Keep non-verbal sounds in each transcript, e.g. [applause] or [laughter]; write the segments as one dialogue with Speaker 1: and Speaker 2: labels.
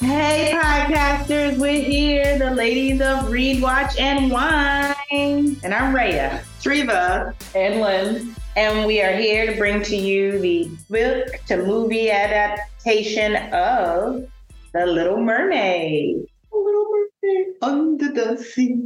Speaker 1: Hey, podcasters, we're here, the ladies of Read, Watch, and Wine. And I'm Raya, Treva,
Speaker 2: and Lynn.
Speaker 1: and we are here to bring to you the book to movie adaptation of The Little Mermaid.
Speaker 2: Little birthday.
Speaker 1: Under the sea.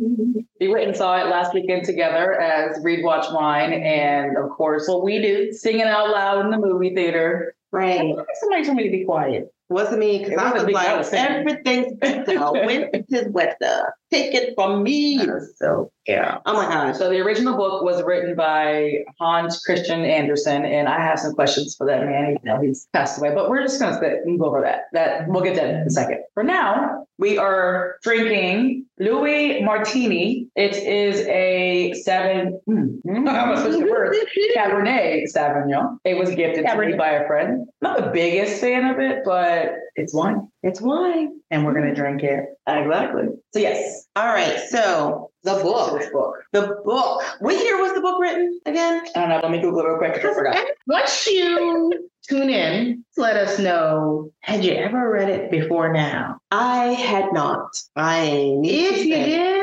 Speaker 2: We went and saw it last weekend together as Read Watch Wine, and of course, what we do, singing out loud in the movie theater.
Speaker 1: Right.
Speaker 2: Somebody told me to be quiet.
Speaker 1: Wasn't me, because
Speaker 2: It
Speaker 1: I
Speaker 2: wasn't
Speaker 1: was
Speaker 2: me, I
Speaker 1: like,
Speaker 2: was saying.
Speaker 1: everything's better [laughs] when it is wetter. Take it from me. So, yeah. Oh my gosh.
Speaker 2: Uh, So the original book was written by Hans Christian Andersen, and I have some questions for that man. You know, he's passed away, but we're just going to go over that. That we'll get that in a second. For now, we are drinking Louis Martini. It is a seven. Mm, mm, I almost switched the words. Cabernet Sauvignon. It was gifted to me
Speaker 1: Cabernet.
Speaker 2: by a friend. Not the biggest fan of it, but it's wine.
Speaker 1: It's wine. And we're going to drink it.
Speaker 2: Exactly. So yes,
Speaker 1: All right, so the
Speaker 2: to
Speaker 1: book.
Speaker 2: this book.
Speaker 1: The book. What year was the book written again?
Speaker 2: I don't know. Let me Google it real quick. 'cause I forgot.
Speaker 1: Once you tune in, let us know. Had you ever read it before now?
Speaker 3: I had not. I need to
Speaker 1: If you
Speaker 3: say-
Speaker 1: did,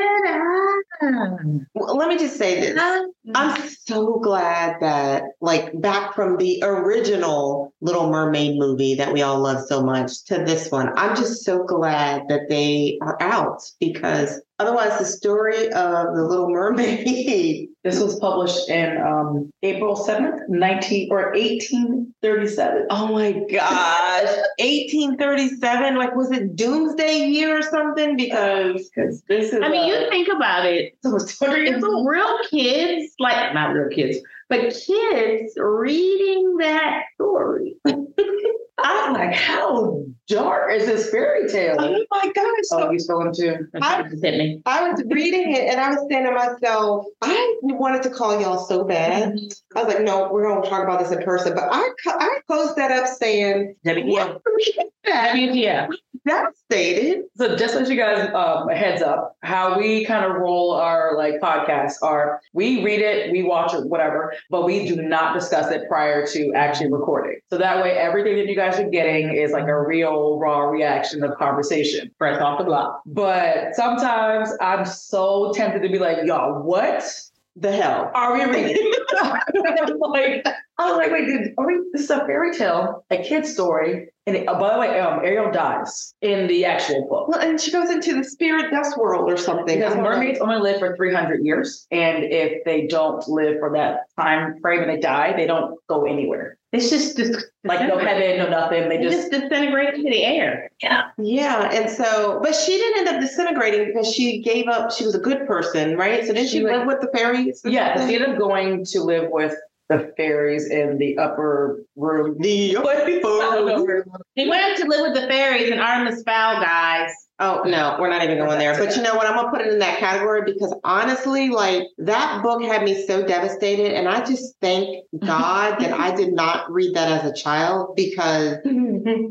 Speaker 3: Well, let me just say this.
Speaker 1: ah, ah.
Speaker 3: I'm so glad that, like, back from the original Little Mermaid movie that we all love so much to this one, I'm just so glad that they are out because otherwise, the story of the Little Mermaid, [laughs]
Speaker 2: This was published in um, April seventh, nineteen or eighteen thirty-seven.
Speaker 3: oh my gosh, 1837, like, was it Doomsday Year or something? Because
Speaker 2: Because this is.
Speaker 1: I mean,
Speaker 2: uh,
Speaker 1: you think about it. It's real kids, like not real kids, but kids reading that story.
Speaker 2: I'm like, how dark is this fairy tale?
Speaker 3: oh my gosh,
Speaker 2: Oh, you spell them too.
Speaker 1: That just hit me.
Speaker 3: I was reading it and I was saying to myself, I wanted to call y'all so bad. I was like, no, we're going to talk about this in person. But I, co- I closed that up saying,
Speaker 1: WTF.
Speaker 3: well,
Speaker 1: WTF.
Speaker 3: devastated.
Speaker 2: So just as you guys um, a heads up, how we kind of roll our like podcasts are we read it, we watch it, whatever, but we do not discuss it prior to actually recording. So that way, everything that you guys are getting is like a real raw reaction of conversation, fresh off the block. But sometimes I'm so tempted to be like, y'all, what
Speaker 3: The hell.
Speaker 2: are we reading? [laughs] I'm like, I was like, wait, dude, are we, this is a fairy tale, a kid's story. And it, oh, by the way, um, Ariel dies in the actual book.
Speaker 3: Well, and she goes into the spirit dust world or something.
Speaker 2: Because
Speaker 3: I don't know.
Speaker 2: mermaids only live for 300 years. And if they don't live for that time frame and they die, they don't go anywhere.
Speaker 1: It's just dis-
Speaker 2: Like no [laughs] heaven, no nothing. They
Speaker 1: It just
Speaker 2: just,
Speaker 1: disintegrated into the air. Yeah.
Speaker 3: Yeah. And so, but she didn't end up disintegrating because she gave up. She was a good person, right? So then she,
Speaker 2: She was-
Speaker 3: live with the fairies. or
Speaker 2: yeah, they
Speaker 3: something?
Speaker 2: end up going to live with the fairies in the upper room.
Speaker 3: The
Speaker 2: I don't know.
Speaker 1: He went to live with the fairies and armed the foul guys.
Speaker 3: Oh no, we're not even going there. But you know what? I'm gonna put it in that category because honestly, like that book had me so devastated, and I just thank God that I did not read that as a child because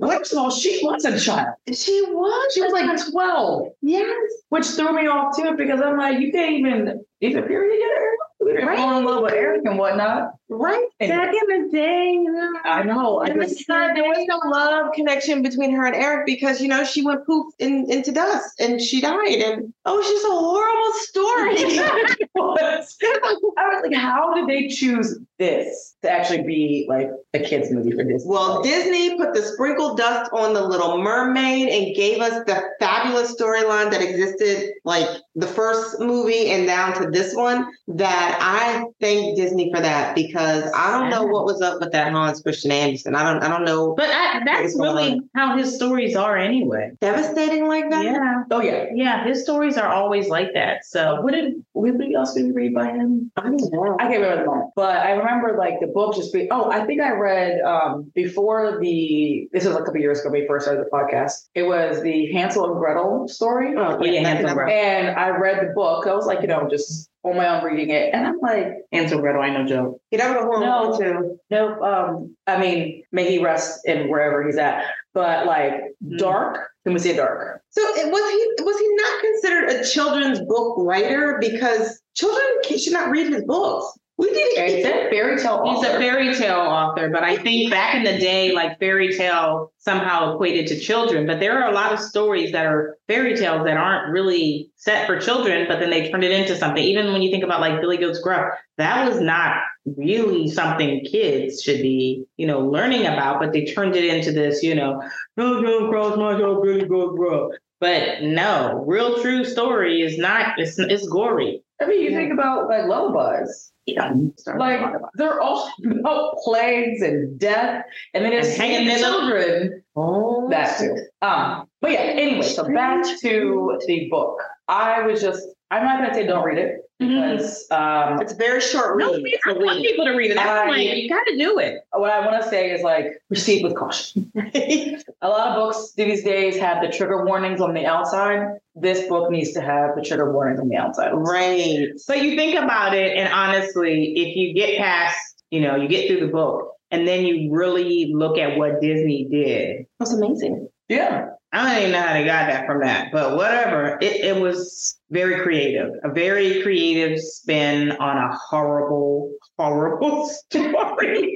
Speaker 2: First of all, Oh, she was a child.
Speaker 3: she was
Speaker 2: She was like 12,
Speaker 3: yes,
Speaker 2: which threw me off too because I'm like, you can't even, is it period yet, Ariel? We were
Speaker 3: Right.
Speaker 2: falling in love with Eric and whatnot.
Speaker 3: right.
Speaker 2: And
Speaker 1: Back in the day,
Speaker 2: I know. I
Speaker 3: And
Speaker 2: just,
Speaker 3: it's not, there was no love connection between her and Eric because you know she went poof in, into dust and she died, and oh, she's a horrible story.
Speaker 2: was. [laughs] I was like, how did they choose this to actually be like a kids movie for this?
Speaker 3: Well, Disney put the sprinkle dust on the Little Mermaid and gave us the fabulous storyline that existed, like the first movie and down to this one. That I thank Disney for that because I don't know what was up with that Hans Christian Andersen. I don't, I don't know,
Speaker 1: but I, that's really how his stories are anyway.
Speaker 3: devastating like that.
Speaker 1: Yeah,
Speaker 2: oh yeah.
Speaker 1: yeah, his stories are always like that.
Speaker 2: Uh,
Speaker 1: So
Speaker 2: what did anybody else did we read by him?
Speaker 3: I don't know.
Speaker 2: I can't remember the moment, but I remember like the book just being. Oh, I think I read um, before the. This was a couple years ago. when We first started the podcast. It was the Hansel and Gretel story.
Speaker 3: Oh,
Speaker 1: yeah,
Speaker 3: that's
Speaker 1: Hansel
Speaker 3: another-
Speaker 1: Gretel.
Speaker 2: And I read the book. I was like, you know, just on my own reading it, and I'm like,
Speaker 1: Ansel Gretel, I know Joe.
Speaker 3: You never know who I'm
Speaker 2: No.
Speaker 3: going to.
Speaker 2: Nope. Um, I mean, may he rest in wherever he's at. But like
Speaker 1: Mm-hmm.
Speaker 2: dark, can we say dark?
Speaker 3: So it, was he was he not considered a children's book writer because children ca- should not read his books? We did
Speaker 2: It's a fairy tale
Speaker 4: He's a
Speaker 2: author.
Speaker 4: fairy tale author, but I think back in the day, like fairy tale somehow equated to children. But there are a lot of stories that are fairy tales that aren't really set for children, but then they turned it into something. Even when you think about like Billy Goat's Gruff, that was not really something kids should be, you know, learning about, but they turned it into this, you know, "Oh, don't cross my dog, Billy Goat's Gruff. But no, real true story is not, it's, it's gory.
Speaker 2: I mean, you think about like lullabies.
Speaker 4: You know, start
Speaker 2: Like
Speaker 4: talking about-
Speaker 2: they're all [laughs] about plagues and death, and then it's
Speaker 4: And hanging in the-
Speaker 2: children.
Speaker 4: Oh,
Speaker 2: That too. Um, but yeah. Anyway, so back to the book. I was just. I'm not gonna say don't read it
Speaker 3: Mm-hmm.
Speaker 2: because um,
Speaker 3: It's very short
Speaker 4: No,
Speaker 3: read.
Speaker 4: I
Speaker 3: so
Speaker 4: want
Speaker 3: we-
Speaker 4: people to read it.
Speaker 2: I-
Speaker 4: I'm like, you gotta do it.
Speaker 2: what I want to say is like proceed with caution. [laughs] a lot of books these days have the trigger warnings on the outside. This book needs to have the trigger warnings on the outside.
Speaker 3: Right.
Speaker 4: So you think about it, and honestly, if you get past, you know, you get through the book, and then you really look at what Disney did.
Speaker 3: That's amazing.
Speaker 2: Yeah.
Speaker 4: I don't even know how they got that from that, but whatever. It, it was very creative, a very creative spin on a horrible, horrible [laughs] story.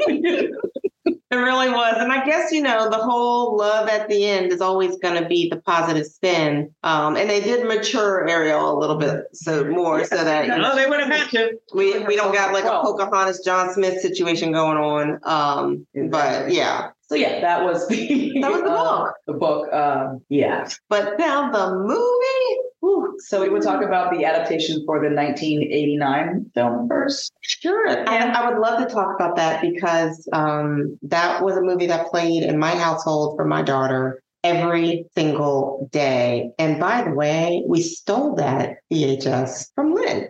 Speaker 3: It really was. And I guess, you know, the whole love at the end is always going to be the positive spin. Um, and they did mature Ariel a little bit so more so that you know,
Speaker 4: no, Oh, they would have had to.
Speaker 3: we, we don't got like a
Speaker 2: Well-
Speaker 3: Pocahontas John Smith situation going on. Um, but yeah.
Speaker 2: So yeah, that was [laughs] the
Speaker 3: That was the
Speaker 2: uh,
Speaker 3: book.
Speaker 2: the book. Um, yeah.
Speaker 3: But now the movie.
Speaker 2: Whew. So we would talk about the adaptation for the 1989 film first.
Speaker 3: Sure.
Speaker 2: Yeah.
Speaker 3: I, I would love to talk about that because um, that was a movie that played in my household for my daughter every single day. And by the way, we stole that VHS from Lynn.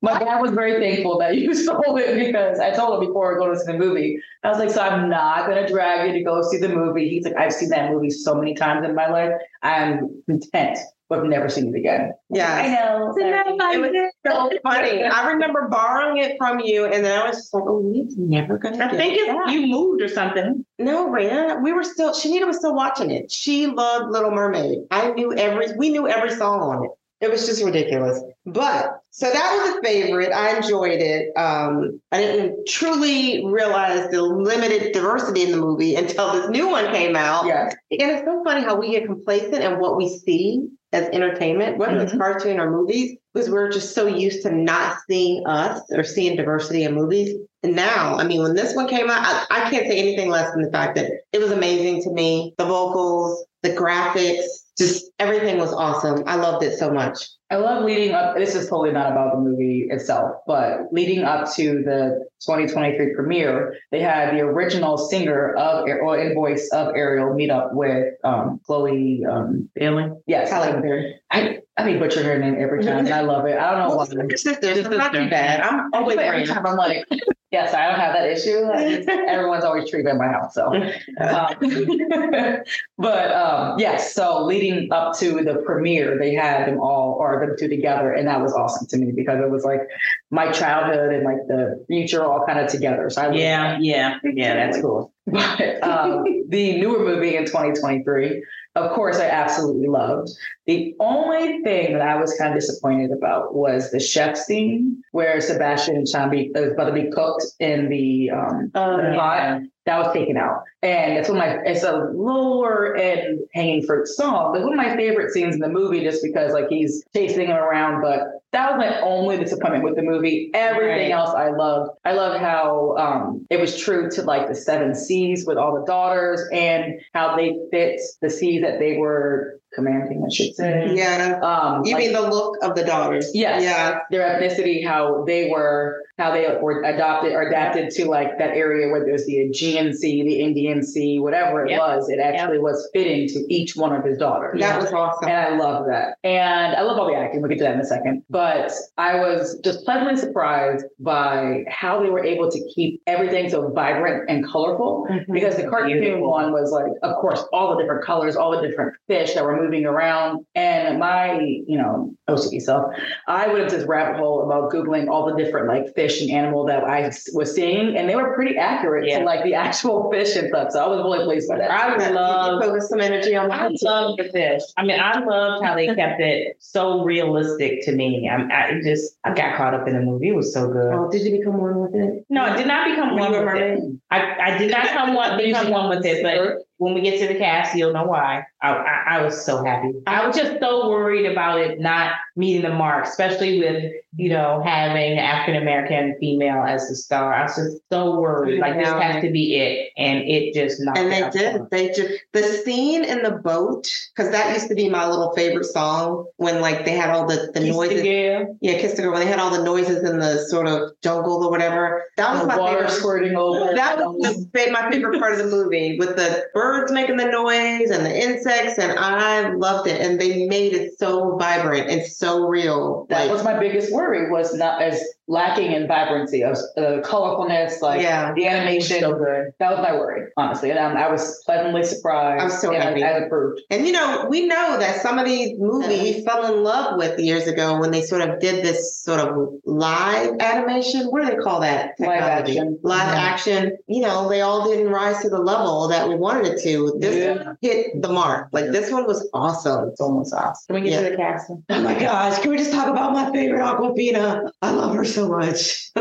Speaker 2: My dad was very thankful that you [laughs] stole it because I told him before we go to see the movie. I was like, so I'm not gonna drag you to go see the movie. He's like, I've seen that movie so many times in my life. I'm content with never seeing it again.
Speaker 3: Yeah.
Speaker 2: know.
Speaker 3: It was so funny. I remember borrowing it from you, and then I was just like, "Oh, we're never gonna."
Speaker 4: I
Speaker 3: get
Speaker 4: think
Speaker 3: it
Speaker 4: if
Speaker 3: back."
Speaker 4: you moved or something,
Speaker 3: no, Raina, we were still. Shanita was still watching it. She loved Little Mermaid. I knew every. We knew every song on it. It was just ridiculous. But so that was a favorite. I enjoyed it. Um, I didn't truly realize the limited diversity in the movie until this new one came out.
Speaker 2: Yeah.
Speaker 3: And it's so funny how we get complacent and what we see as entertainment, whether it's
Speaker 4: Mm-hmm.
Speaker 3: cartoon or movies, because we're just so used to not seeing us or seeing diversity in movies. And now, I mean, when this one came out, I, I can't say anything less than the fact that it was amazing to me. The vocals, the graphics, just everything was awesome. I loved it so much.
Speaker 2: I love leading up. This is totally not about the movie itself, but leading up to the 2023 premiere, they had the original singer of or in voice of Ariel meet up with um, Chloe. Um,
Speaker 4: feeling.
Speaker 2: yes,
Speaker 3: Halle
Speaker 2: I I mean butcher her name every time. and I love it. I don't know
Speaker 3: Well,
Speaker 2: why.
Speaker 3: sister, sister,
Speaker 4: Oh, Sister.
Speaker 3: not too bad. I'm
Speaker 2: Always
Speaker 3: always
Speaker 2: every
Speaker 3: right.
Speaker 2: time I'm like, yes, I don't have that issue. Like, everyone's always treated at my house, so. Um, [laughs] but um, yes, so leading up to the premiere, they had them all or them two together, and that was awesome to me because it was like my childhood and like the future all kind of together. So I was
Speaker 4: Yeah, yeah, yeah. That's
Speaker 2: that's cool. [laughs] But um, the newer movie in 2023, of course, I absolutely loved. The only thing that I was kind of disappointed about was the chef scene where Sebastian and Chambi is about to be cooked in the um, the pot. That was taken out, and it's one of my it's a lower end hanging fruit song, but one of my favorite scenes in the movie, just because like he's chasing him around. But that was my only disappointment with the movie. Everything
Speaker 4: Right.
Speaker 2: else I loved. I love how um, it was true to like the seven C's with all the daughters and how they fit the C that they were commanding, I should say.
Speaker 3: Yeah.
Speaker 2: Um,
Speaker 3: Mm-hmm. You
Speaker 2: like,
Speaker 3: mean the look of the daughters?
Speaker 2: Yes.
Speaker 3: Yeah.
Speaker 2: their ethnicity, how they were, how they were adopted or adapted to like that area where there's the Aegean Sea, the Indian Sea, whatever it
Speaker 4: Yep.
Speaker 2: was, it actually was fitting to each one of his daughters.
Speaker 3: That was awesome.
Speaker 2: And I love that. And I love all the acting. We'll get to that in a second. But I was just pleasantly surprised by how they were able to keep everything so vibrant and
Speaker 4: Mm-hmm.
Speaker 2: colorful. Because the cartoon
Speaker 4: Beautiful.
Speaker 2: one was like, of course, all the different colors, all the different fish that were were moving around. And my, you know, OCD self, I went into this rabbit hole about Googling all the different like fish and animal that I s- was seeing. And they were pretty accurate
Speaker 4: Yeah.
Speaker 2: to like the [laughs] actual fish and stuff. So I was really pleased by that.
Speaker 4: I
Speaker 3: You- you
Speaker 4: love
Speaker 3: focus some energy on
Speaker 4: I
Speaker 3: that.
Speaker 4: love the fish. I mean, I loved how they kept it so realistic to me. I'm, I just I got caught up in the movie. It was so good.
Speaker 3: Oh, did you become one with it?
Speaker 4: No, I did not become
Speaker 3: Were
Speaker 4: one
Speaker 3: you a
Speaker 4: with it.
Speaker 3: mermaid?
Speaker 4: I, I did not come one, become one with it, but when we get to the cast, you'll know why. I, I, I was so happy. I was just so worried about it not meeting the mark, especially with, you know, having African American female as the star. I was just so worried. Like, this
Speaker 3: Yeah.
Speaker 4: has to be it. And it just knocked
Speaker 3: And
Speaker 4: it
Speaker 3: they
Speaker 4: out
Speaker 3: did.
Speaker 4: of
Speaker 3: They just the scene in the boat because that used to be my little favorite song when like they had all the
Speaker 4: the
Speaker 3: the
Speaker 4: park.
Speaker 3: noises.
Speaker 4: Yeah.
Speaker 3: Yeah, Kiss the Girl. When they had all the noises in the sort of jungle or whatever. That was
Speaker 2: The
Speaker 3: my
Speaker 2: water
Speaker 3: favorite.
Speaker 2: squirting over.
Speaker 3: That was the, fa- my favorite part of the movie with the birds making the noise and the insects, and I loved it. And they made it so vibrant and so real.
Speaker 2: That
Speaker 3: Like,
Speaker 2: was my biggest worry was not as lacking in vibrancy of uh, colorfulness, like
Speaker 3: yeah.
Speaker 2: the animation.
Speaker 4: So good.
Speaker 2: That was my worry, honestly, and um, I was pleasantly surprised.
Speaker 3: I'm so
Speaker 2: and
Speaker 3: happy.
Speaker 2: I, I approved.
Speaker 3: And you know, we know that some of these movies we fell in love with years ago when they sort of did this sort of live animation. What do they call that?
Speaker 2: Live
Speaker 3: technology?
Speaker 2: action.
Speaker 3: Live
Speaker 2: Mhm.
Speaker 3: action. You know, they all didn't rise to the level that we wanted it to. This
Speaker 2: Yeah.
Speaker 3: one hit the mark. Like this one was awesome.
Speaker 2: It's almost awesome.
Speaker 4: Can we get
Speaker 3: Yeah.
Speaker 4: to the casting?
Speaker 3: Oh my gosh, can we just talk about my favorite Aquafina? I love her so much. [laughs]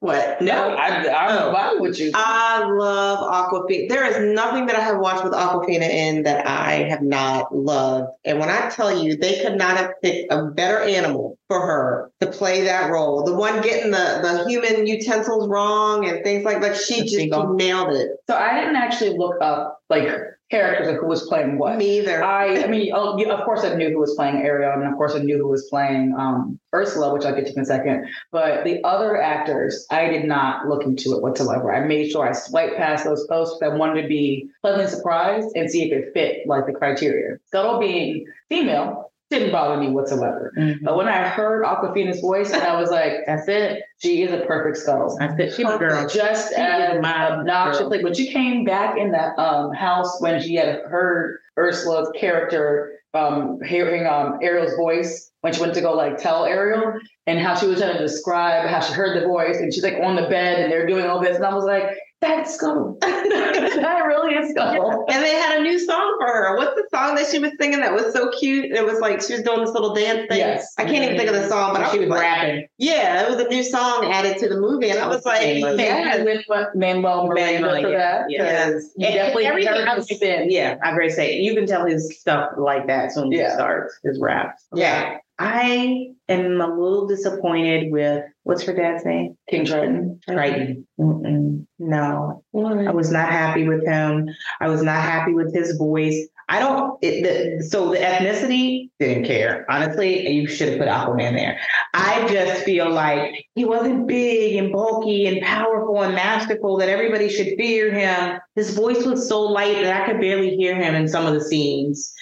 Speaker 3: what? No.
Speaker 2: I, I'm
Speaker 3: Oh.
Speaker 2: fine with you.
Speaker 3: I love Aquafina. There is nothing that I have watched with Aquafina in that I have not loved. And when I tell you, they could not have picked a better animal for her to play that role. The one getting the, the human utensils wrong and things like that. She
Speaker 2: The
Speaker 3: just
Speaker 2: seagull.
Speaker 3: nailed it.
Speaker 2: so I didn't actually look up like characters of who was playing what.
Speaker 3: Me either.
Speaker 2: I, I mean, oh, yeah, of course I knew who was playing Ariel, and of course I knew who was playing um, Ursula, which I'll get to in a second. But the other actors, I did not look into it whatsoever. I made sure I swiped past those posts because I wanted to be pleasantly surprised and see if it fit like the criteria. Scuttle being female didn't bother me whatsoever.
Speaker 3: Mm-hmm.
Speaker 2: But Uh, when I heard Aquafina's voice, and I was like,
Speaker 4: That's it.
Speaker 2: she is a perfect Scuttle.
Speaker 4: That's it. She's a girl.
Speaker 2: Just
Speaker 4: She is
Speaker 2: as
Speaker 4: my
Speaker 2: obnoxious.
Speaker 4: girl.
Speaker 2: Like when she came back in that um, house when she had heard Ursula's character um, hearing um, Ariel's voice when she went to go like tell Ariel and how she was trying to describe how she heard the voice and she's like on the bed and they're doing all this and I was like that's Scuttle [laughs] that really is Scuttle
Speaker 3: And they had a new song for her. What's the song that she was singing that was so cute? It was like she was doing this little dance thing.
Speaker 2: Yes.
Speaker 3: I can't even think of the song, but I
Speaker 4: She
Speaker 3: was
Speaker 4: was
Speaker 3: like,
Speaker 4: rapping.
Speaker 3: yeah, it was a new song added to the movie. And I was like,
Speaker 4: Thank
Speaker 3: yes.
Speaker 2: Thank you, Lin- Manuel Miranda
Speaker 4: Manuel,
Speaker 2: for
Speaker 4: yeah,
Speaker 2: that
Speaker 4: yeah.
Speaker 2: because
Speaker 4: And-
Speaker 2: you
Speaker 4: and
Speaker 2: definitely
Speaker 4: everything
Speaker 2: heard
Speaker 4: else-
Speaker 2: the spin.
Speaker 4: Yeah, I agree. Say you can tell his stuff like that as soon as
Speaker 2: Yeah.
Speaker 4: it starts his raps.
Speaker 3: Yeah.
Speaker 4: I am a little disappointed with what's her dad's name?
Speaker 2: King Triton
Speaker 4: Triton. Mm-mm. No, I was not happy with him. I was not happy with his voice. I don't. It, the, so the ethnicity didn't care. Honestly, you should have put Aquaman there. I just feel like he wasn't big and bulky and powerful and masterful that everybody should fear him. His voice was so light that I could barely hear him in some of the scenes.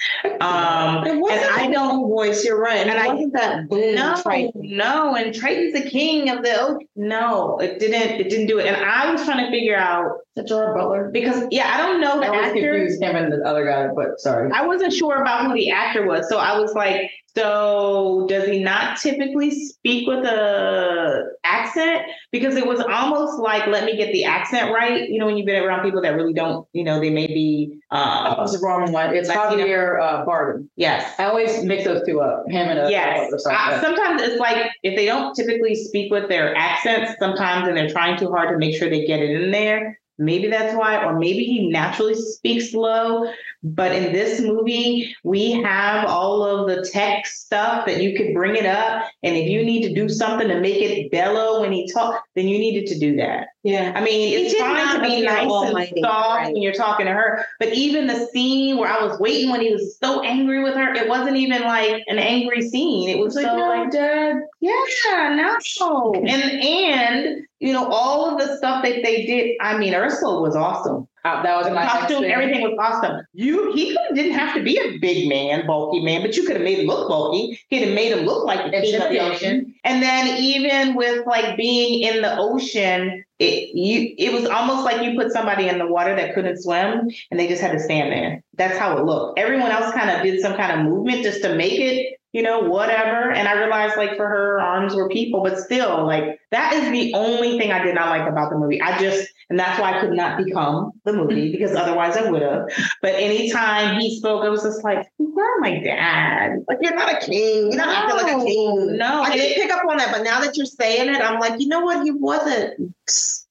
Speaker 4: Um,
Speaker 3: It wasn't
Speaker 4: And I
Speaker 3: a
Speaker 4: don't-
Speaker 3: boom voice, you're right.
Speaker 4: And
Speaker 3: it
Speaker 4: I-
Speaker 3: wasn't that boom
Speaker 4: no,
Speaker 3: Triton.
Speaker 4: no, and Triton's the king of the oak. No, it didn't. It didn't do it. And I was trying to figure out
Speaker 2: Is that Gerard Butler
Speaker 4: because yeah, I don't know the
Speaker 2: I always
Speaker 4: actor.
Speaker 2: confuse him and the other guy, but sorry.
Speaker 4: I wasn't sure about who the actor was, so I was like, "So does he not typically speak with a accent?" Because it was almost like, "Let me get the accent right." You know, when you've been around people that really don't, you know, they may be.
Speaker 2: That
Speaker 4: Uh,
Speaker 2: was the wrong one. It's
Speaker 4: Latino.
Speaker 2: Javier uh, Bardem.
Speaker 4: yes,
Speaker 2: I always mix those two up. Him and uh, a
Speaker 4: yes.
Speaker 2: or something.
Speaker 4: I- sometimes it's like if they don't typically speak with their accents, sometimes and they're trying too hard to make sure they get it in there. Maybe that's why, or maybe he naturally speaks slow. But in this movie, we have all of the tech stuff that you could bring it up. And if you need to do something to make it bellow when he talk, then you needed to do that.
Speaker 3: Yeah.
Speaker 4: I mean,
Speaker 3: He
Speaker 4: it's
Speaker 3: did
Speaker 4: fine
Speaker 3: not
Speaker 4: to be
Speaker 3: appear
Speaker 4: nice
Speaker 3: almighty,
Speaker 4: and soft
Speaker 3: right.
Speaker 4: when you're talking to her, but even the scene where I was waiting when he was so angry with her, it wasn't even like an angry scene. It was
Speaker 2: It's like,
Speaker 4: so
Speaker 2: no,
Speaker 4: like,
Speaker 2: Dad.
Speaker 4: yeah, no. and and you know all of the stuff that they did. I mean, Ursula was awesome.
Speaker 2: Uh, that was
Speaker 4: The
Speaker 2: my next
Speaker 4: costume,
Speaker 2: thing.
Speaker 4: everything was awesome.
Speaker 1: You he could, didn't have to be a big man, bulky man, but you could have made him look bulky. He'd have made him look like the king of the ocean. And then even with like being in the ocean, it you it was almost like you put somebody in the water that couldn't swim and they just had to stand there. That's how it looked. Everyone else kind of did some kind of movement just to make it, you know, whatever. And I realized like for her arms were people, but still like that is the only thing I did not like about the movie. I just and that's why I could not become the movie because otherwise I would have. But anytime he spoke, I was just like, "You are my dad."
Speaker 3: Like you're not a king. You're not acting like a king.
Speaker 1: No,
Speaker 3: I
Speaker 1: and
Speaker 3: didn't
Speaker 1: it-
Speaker 3: pick up on that, but now that you're saying it, I'm like, you know what? He wasn't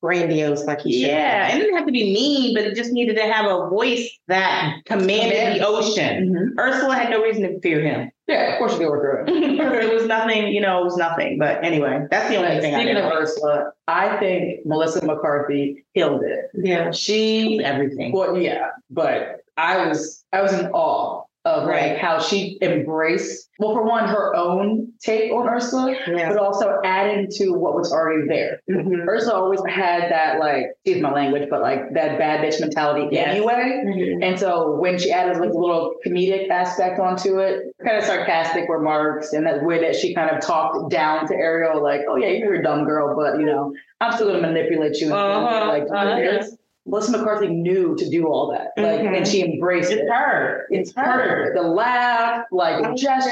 Speaker 3: grandiose like he should.
Speaker 1: yeah, and it didn't have to be mean, but it just needed to have a voice that commanded the ocean.
Speaker 2: Mhm.
Speaker 1: Ursula had no reason to fear him. [laughs]
Speaker 2: Yeah, of course you go through it.
Speaker 1: it was nothing, you know, it was nothing. But anyway, that's the only
Speaker 2: But
Speaker 1: thing I
Speaker 2: Speaking
Speaker 1: didn't
Speaker 2: of
Speaker 1: like.
Speaker 2: Ursula, I think Melissa McCarthy killed it.
Speaker 3: Yeah.
Speaker 2: She,
Speaker 1: everything.
Speaker 2: well, yeah, but I was I was in awe of
Speaker 1: Right.
Speaker 2: like how she embraced. Well, for one, her own take on Ursula,
Speaker 3: Yeah.
Speaker 2: but also adding to what was already there.
Speaker 3: Mhm.
Speaker 2: Ursula always had that like, excuse my language, but like that bad bitch mentality
Speaker 1: Yes.
Speaker 2: anyway. And so when she added like a little comedic aspect onto it, kind of sarcastic remarks and that way that she kind of talked down to Ariel, like, oh yeah, you're a dumb girl, but you know, I'm still gonna manipulate you. And
Speaker 4: Uh-huh,
Speaker 2: like,
Speaker 4: uh-huh.
Speaker 2: here's- Melissa McCarthy knew to do all that, like, and she embraced it.
Speaker 4: Mm-hmm. It's her.
Speaker 2: It's her. The laugh, like the gestures.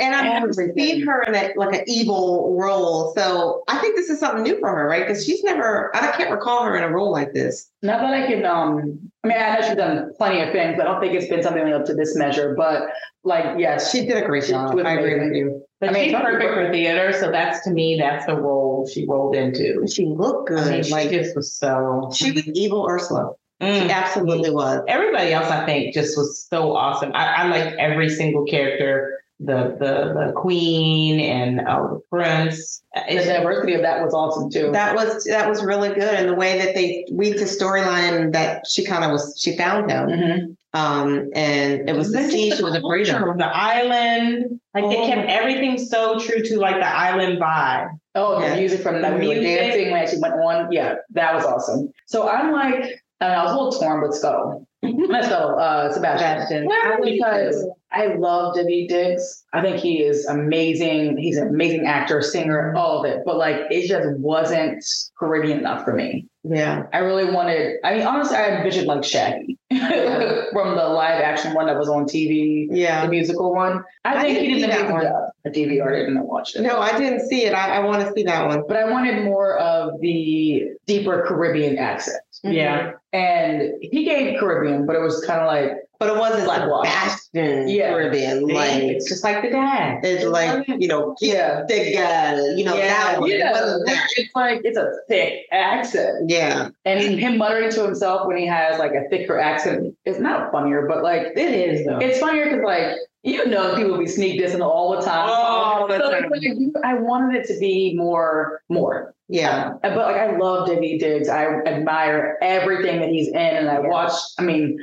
Speaker 3: And I've never
Speaker 2: Everything.
Speaker 3: seen her in a, like an evil role. So I think this is something new for her, right? Because she's never, I can't recall her in a role like this.
Speaker 2: Not that I can, um, I mean, I know she's done plenty of things, but I don't think it's been something up to this measure. But like, yes,
Speaker 3: She did a great job.
Speaker 2: was
Speaker 3: I agree
Speaker 2: amazing.
Speaker 3: with you.
Speaker 4: But
Speaker 2: I mean,
Speaker 4: she's
Speaker 2: some people-
Speaker 4: perfect for theater, so that's to me, that's the role she rolled into.
Speaker 3: She looked good.
Speaker 4: I mean, she
Speaker 3: like
Speaker 4: just was so. Mm.
Speaker 3: she was evil Ursula. She absolutely was.
Speaker 4: Everybody else, I think, just was so awesome. I, I liked every single character. The the the queen and uh, the prince.
Speaker 2: the
Speaker 4: It's-
Speaker 2: diversity of that was awesome too.
Speaker 3: That was that was really good, and the way that they weaved the storyline that she kind of was she found him,
Speaker 2: Mhm.
Speaker 3: um, and it was the sea, she was a freedom. Oh.
Speaker 4: Of the island, like they kept everything so true to like the island vibe.
Speaker 2: Oh,
Speaker 3: Yeah.
Speaker 2: the music from that we were
Speaker 4: Music.
Speaker 2: dancing when she went on. Yeah, that was awesome. So I'm like, I, mean, I was a little torn with [laughs] Scuttle. Not Scuttle, uh, Sebastian. Because I love Debbie Diggs. I think he is amazing. He's an amazing actor, singer, all of it. But like, it just wasn't Caribbean enough for me.
Speaker 3: Yeah,
Speaker 2: I really wanted, I mean, honestly, I envisioned like Shaggy [laughs] from the live action one that was on TV, the
Speaker 3: yeah.
Speaker 2: musical one. I,
Speaker 3: I
Speaker 2: think he
Speaker 3: didn't
Speaker 2: did an
Speaker 3: see that
Speaker 2: amazing
Speaker 3: one.
Speaker 2: job. I DVR'd it and I watched it.
Speaker 3: No, I didn't see it. I, I want to see that one.
Speaker 2: But I wanted more of the deeper Caribbean accent.
Speaker 3: Mm-hmm.
Speaker 4: Yeah.
Speaker 2: And he gave Caribbean, but it was kind of like,
Speaker 3: but it wasn't
Speaker 2: Like what?
Speaker 3: Sebastian
Speaker 2: Yeah.
Speaker 3: Caribbean. Like
Speaker 4: It's just like the dad.
Speaker 3: it's like you know,
Speaker 2: yeah.
Speaker 3: thick guy. You know that one. It wasn't that.
Speaker 2: it's like it's a thick accent,
Speaker 3: Yeah,
Speaker 2: and him muttering to himself when he has like a thicker accent is not funnier, but like
Speaker 4: It is though.
Speaker 2: It's funnier because like you know people be sneak dissing all the time.
Speaker 4: All the
Speaker 2: So it's
Speaker 4: time.
Speaker 2: like, you- I wanted it to be more, more.
Speaker 3: yeah.
Speaker 2: Uh, But like I love Debbie Diggs. I admire everything that he's in, and I watch. I mean,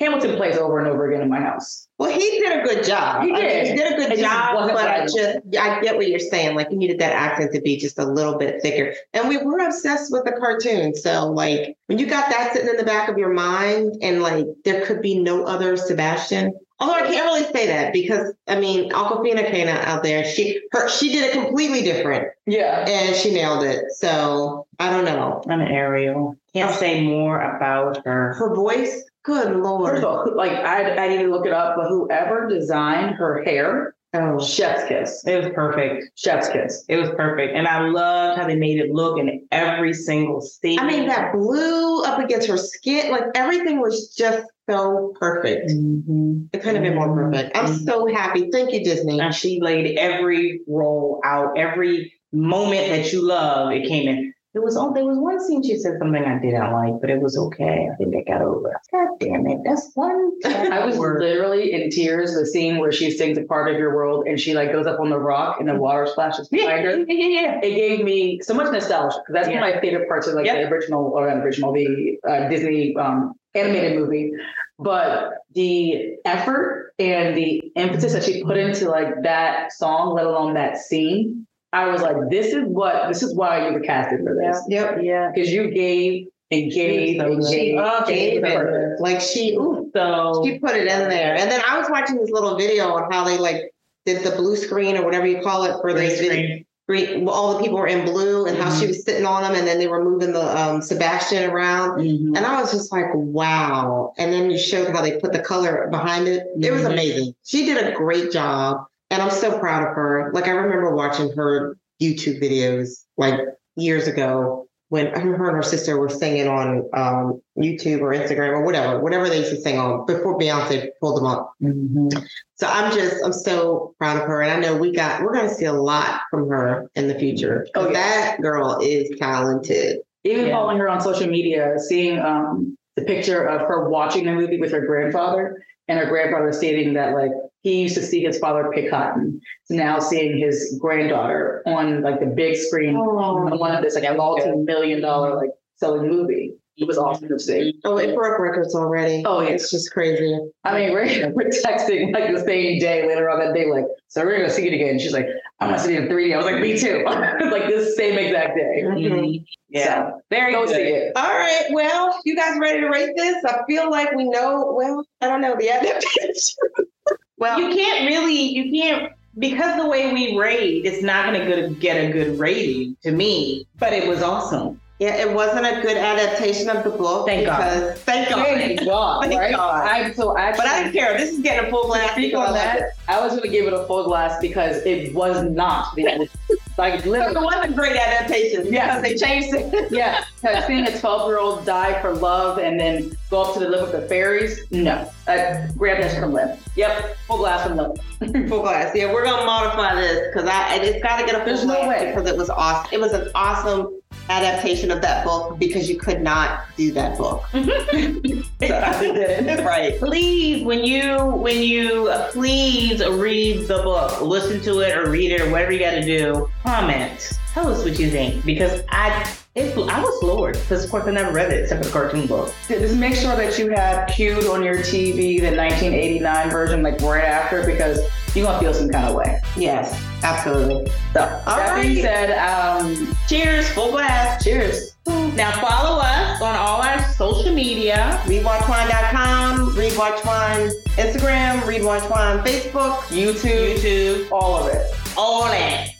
Speaker 2: Hamilton plays over and over again in my house.
Speaker 3: Well, he did a good job.
Speaker 2: He
Speaker 3: I mean,
Speaker 2: did.
Speaker 3: he did a good
Speaker 2: It just
Speaker 3: job,
Speaker 2: wasn't
Speaker 3: but
Speaker 2: what I
Speaker 3: I just I get what you're saying. Like you needed that accent to be just a little bit thicker. And we were obsessed with the cartoon. So like when you got that sitting in the back of your mind and like there could be no other Sebastian. Although I can't really say that because I mean Aquafina came out out there. She her she did it completely different
Speaker 2: Yeah.
Speaker 3: and she nailed it. So I don't know.
Speaker 4: I'm Ariel. Can't say more about her.
Speaker 3: Her voice, good
Speaker 2: First
Speaker 3: lord.
Speaker 2: of all, who- like I, I need to look it up, but whoever designed her hair,
Speaker 3: Oh.
Speaker 2: chef's kiss,
Speaker 4: It was perfect.
Speaker 2: chef's kiss.
Speaker 4: It was perfect. And I loved how they made it look in every single scene.
Speaker 3: I mean, that blue up against her skin, like everything was just so perfect.
Speaker 4: Mhm.
Speaker 3: It couldn't have been more perfect. I'm so happy. Thank you, Disney.
Speaker 4: And she laid every role out, every moment that you love, it came in. There was all there was one scene she said something I didn't like, but it was okay. I think I got over it. God damn it. That's
Speaker 3: [laughs]
Speaker 4: one
Speaker 2: I was
Speaker 4: word.
Speaker 2: literally in tears. The scene where she sings "A Part of Your World" and she like goes up on the rock and the water splashes
Speaker 4: Yeah,
Speaker 2: behind her.
Speaker 4: yeah, yeah, yeah.
Speaker 2: it gave me so much nostalgia because that's one of my favorite parts of like
Speaker 4: Yeah.
Speaker 2: the original or not original the uh, Disney um, animated movie. But the effort and the emphasis that she put into like that song, let alone that scene, I was like, this is what this is why you were casted for this
Speaker 3: Yep.
Speaker 4: Yeah.
Speaker 2: because you gave And gave,
Speaker 1: so good.
Speaker 2: she
Speaker 3: gave
Speaker 2: gave
Speaker 3: it.
Speaker 2: it.
Speaker 3: Like she, ooh,
Speaker 4: So
Speaker 3: she put it in there. And then I was watching this little video on how they like did the blue screen or whatever you call it for the
Speaker 1: Green
Speaker 3: video.
Speaker 1: screen. Mm-hmm.
Speaker 3: green, well, all the people were in blue and how she was sitting on them and then they were moving the um, Sebastian around.
Speaker 2: Mhm.
Speaker 3: And I was just like, wow. And then you showed how they put the color behind it. It was
Speaker 2: Mm-hmm.
Speaker 4: Mhm.
Speaker 3: amazing. She did a great job. And I'm so proud of her. Like, I remember watching her YouTube videos like years ago when her and her sister were singing on um, YouTube or Instagram or whatever, whatever they used to sing on before Beyonce pulled them up. So I'm just, I'm so proud of her. And I know we got, we're going to see a lot from her in the future.
Speaker 2: Oh, yeah.
Speaker 3: That girl is talented.
Speaker 2: Even
Speaker 4: Yeah.
Speaker 2: following her on social media, seeing um, the picture of her watching the movie with her grandfather, and her grandfather stating that like he used to see his father pick cotton, so now seeing his granddaughter on like the big screen
Speaker 4: Oh,
Speaker 2: on one of this like a multi-million dollar like selling movie. It was awesome to see.
Speaker 3: Oh, it broke records already.
Speaker 2: Oh, yeah.
Speaker 3: It's just crazy.
Speaker 2: I mean, we're, [laughs] we're texting like the same day later on that day, like, so we're gonna see it again. She's like, I'm gonna see it in 3D. I was like, me too. [laughs] like this same exact day.
Speaker 4: Mhm. yeah,
Speaker 2: So,
Speaker 4: very
Speaker 2: go see
Speaker 4: good.
Speaker 2: it. [laughs]
Speaker 3: All right. Well, you guys ready to rate this? I feel like we know, well, I don't know the adaptation. well,
Speaker 4: you can't really you can't because the way we rate it's not going to get a good rating to me but it was awesome
Speaker 3: yeah, it wasn't a good adaptation of the book.
Speaker 4: Thank God.
Speaker 3: because- Thank God.
Speaker 2: Thank God,
Speaker 3: Thank
Speaker 2: right?
Speaker 3: God.
Speaker 2: I'm so actually,
Speaker 3: But I don't care. This is getting a full blast.
Speaker 2: speak on that. I was gonna give it a full glass because it was not
Speaker 3: [laughs]
Speaker 2: the like
Speaker 3: It
Speaker 2: literally.
Speaker 3: was a great adaptation
Speaker 2: [laughs] Yeah.
Speaker 3: because they changed it.
Speaker 2: Yeah, 'cause seeing a 12 year old die for love and then go up to the lip of the fairies, no. I grabbed this from lip. Yep, full glass from lip.
Speaker 3: [laughs] [laughs] Full glass. Yeah, we're gonna modify this because I and it's gotta get a full
Speaker 2: There's no
Speaker 3: glass
Speaker 2: way.
Speaker 3: because it was awesome. It was an awesome adaptation of that book because you could not do that book. right.
Speaker 4: please when you when you please read the book listen to it or read it or whatever you got to do comment tell us what you think because i it, i was floored because of course i never read it except for the cartoon book
Speaker 2: Just make sure that you have queued on your TV the 1989 version, like right after, because you're gonna feel some kind of way.
Speaker 3: Yes, absolutely.
Speaker 2: So, that being
Speaker 3: right.
Speaker 2: said, um,
Speaker 4: cheers full glass
Speaker 2: cheers.
Speaker 4: now follow us on all our social media
Speaker 3: Rewatchwine.com, Rewatchwine Instagram, Rewatchwine Facebook.
Speaker 2: YouTube,
Speaker 4: youtube
Speaker 2: all of it.
Speaker 4: all that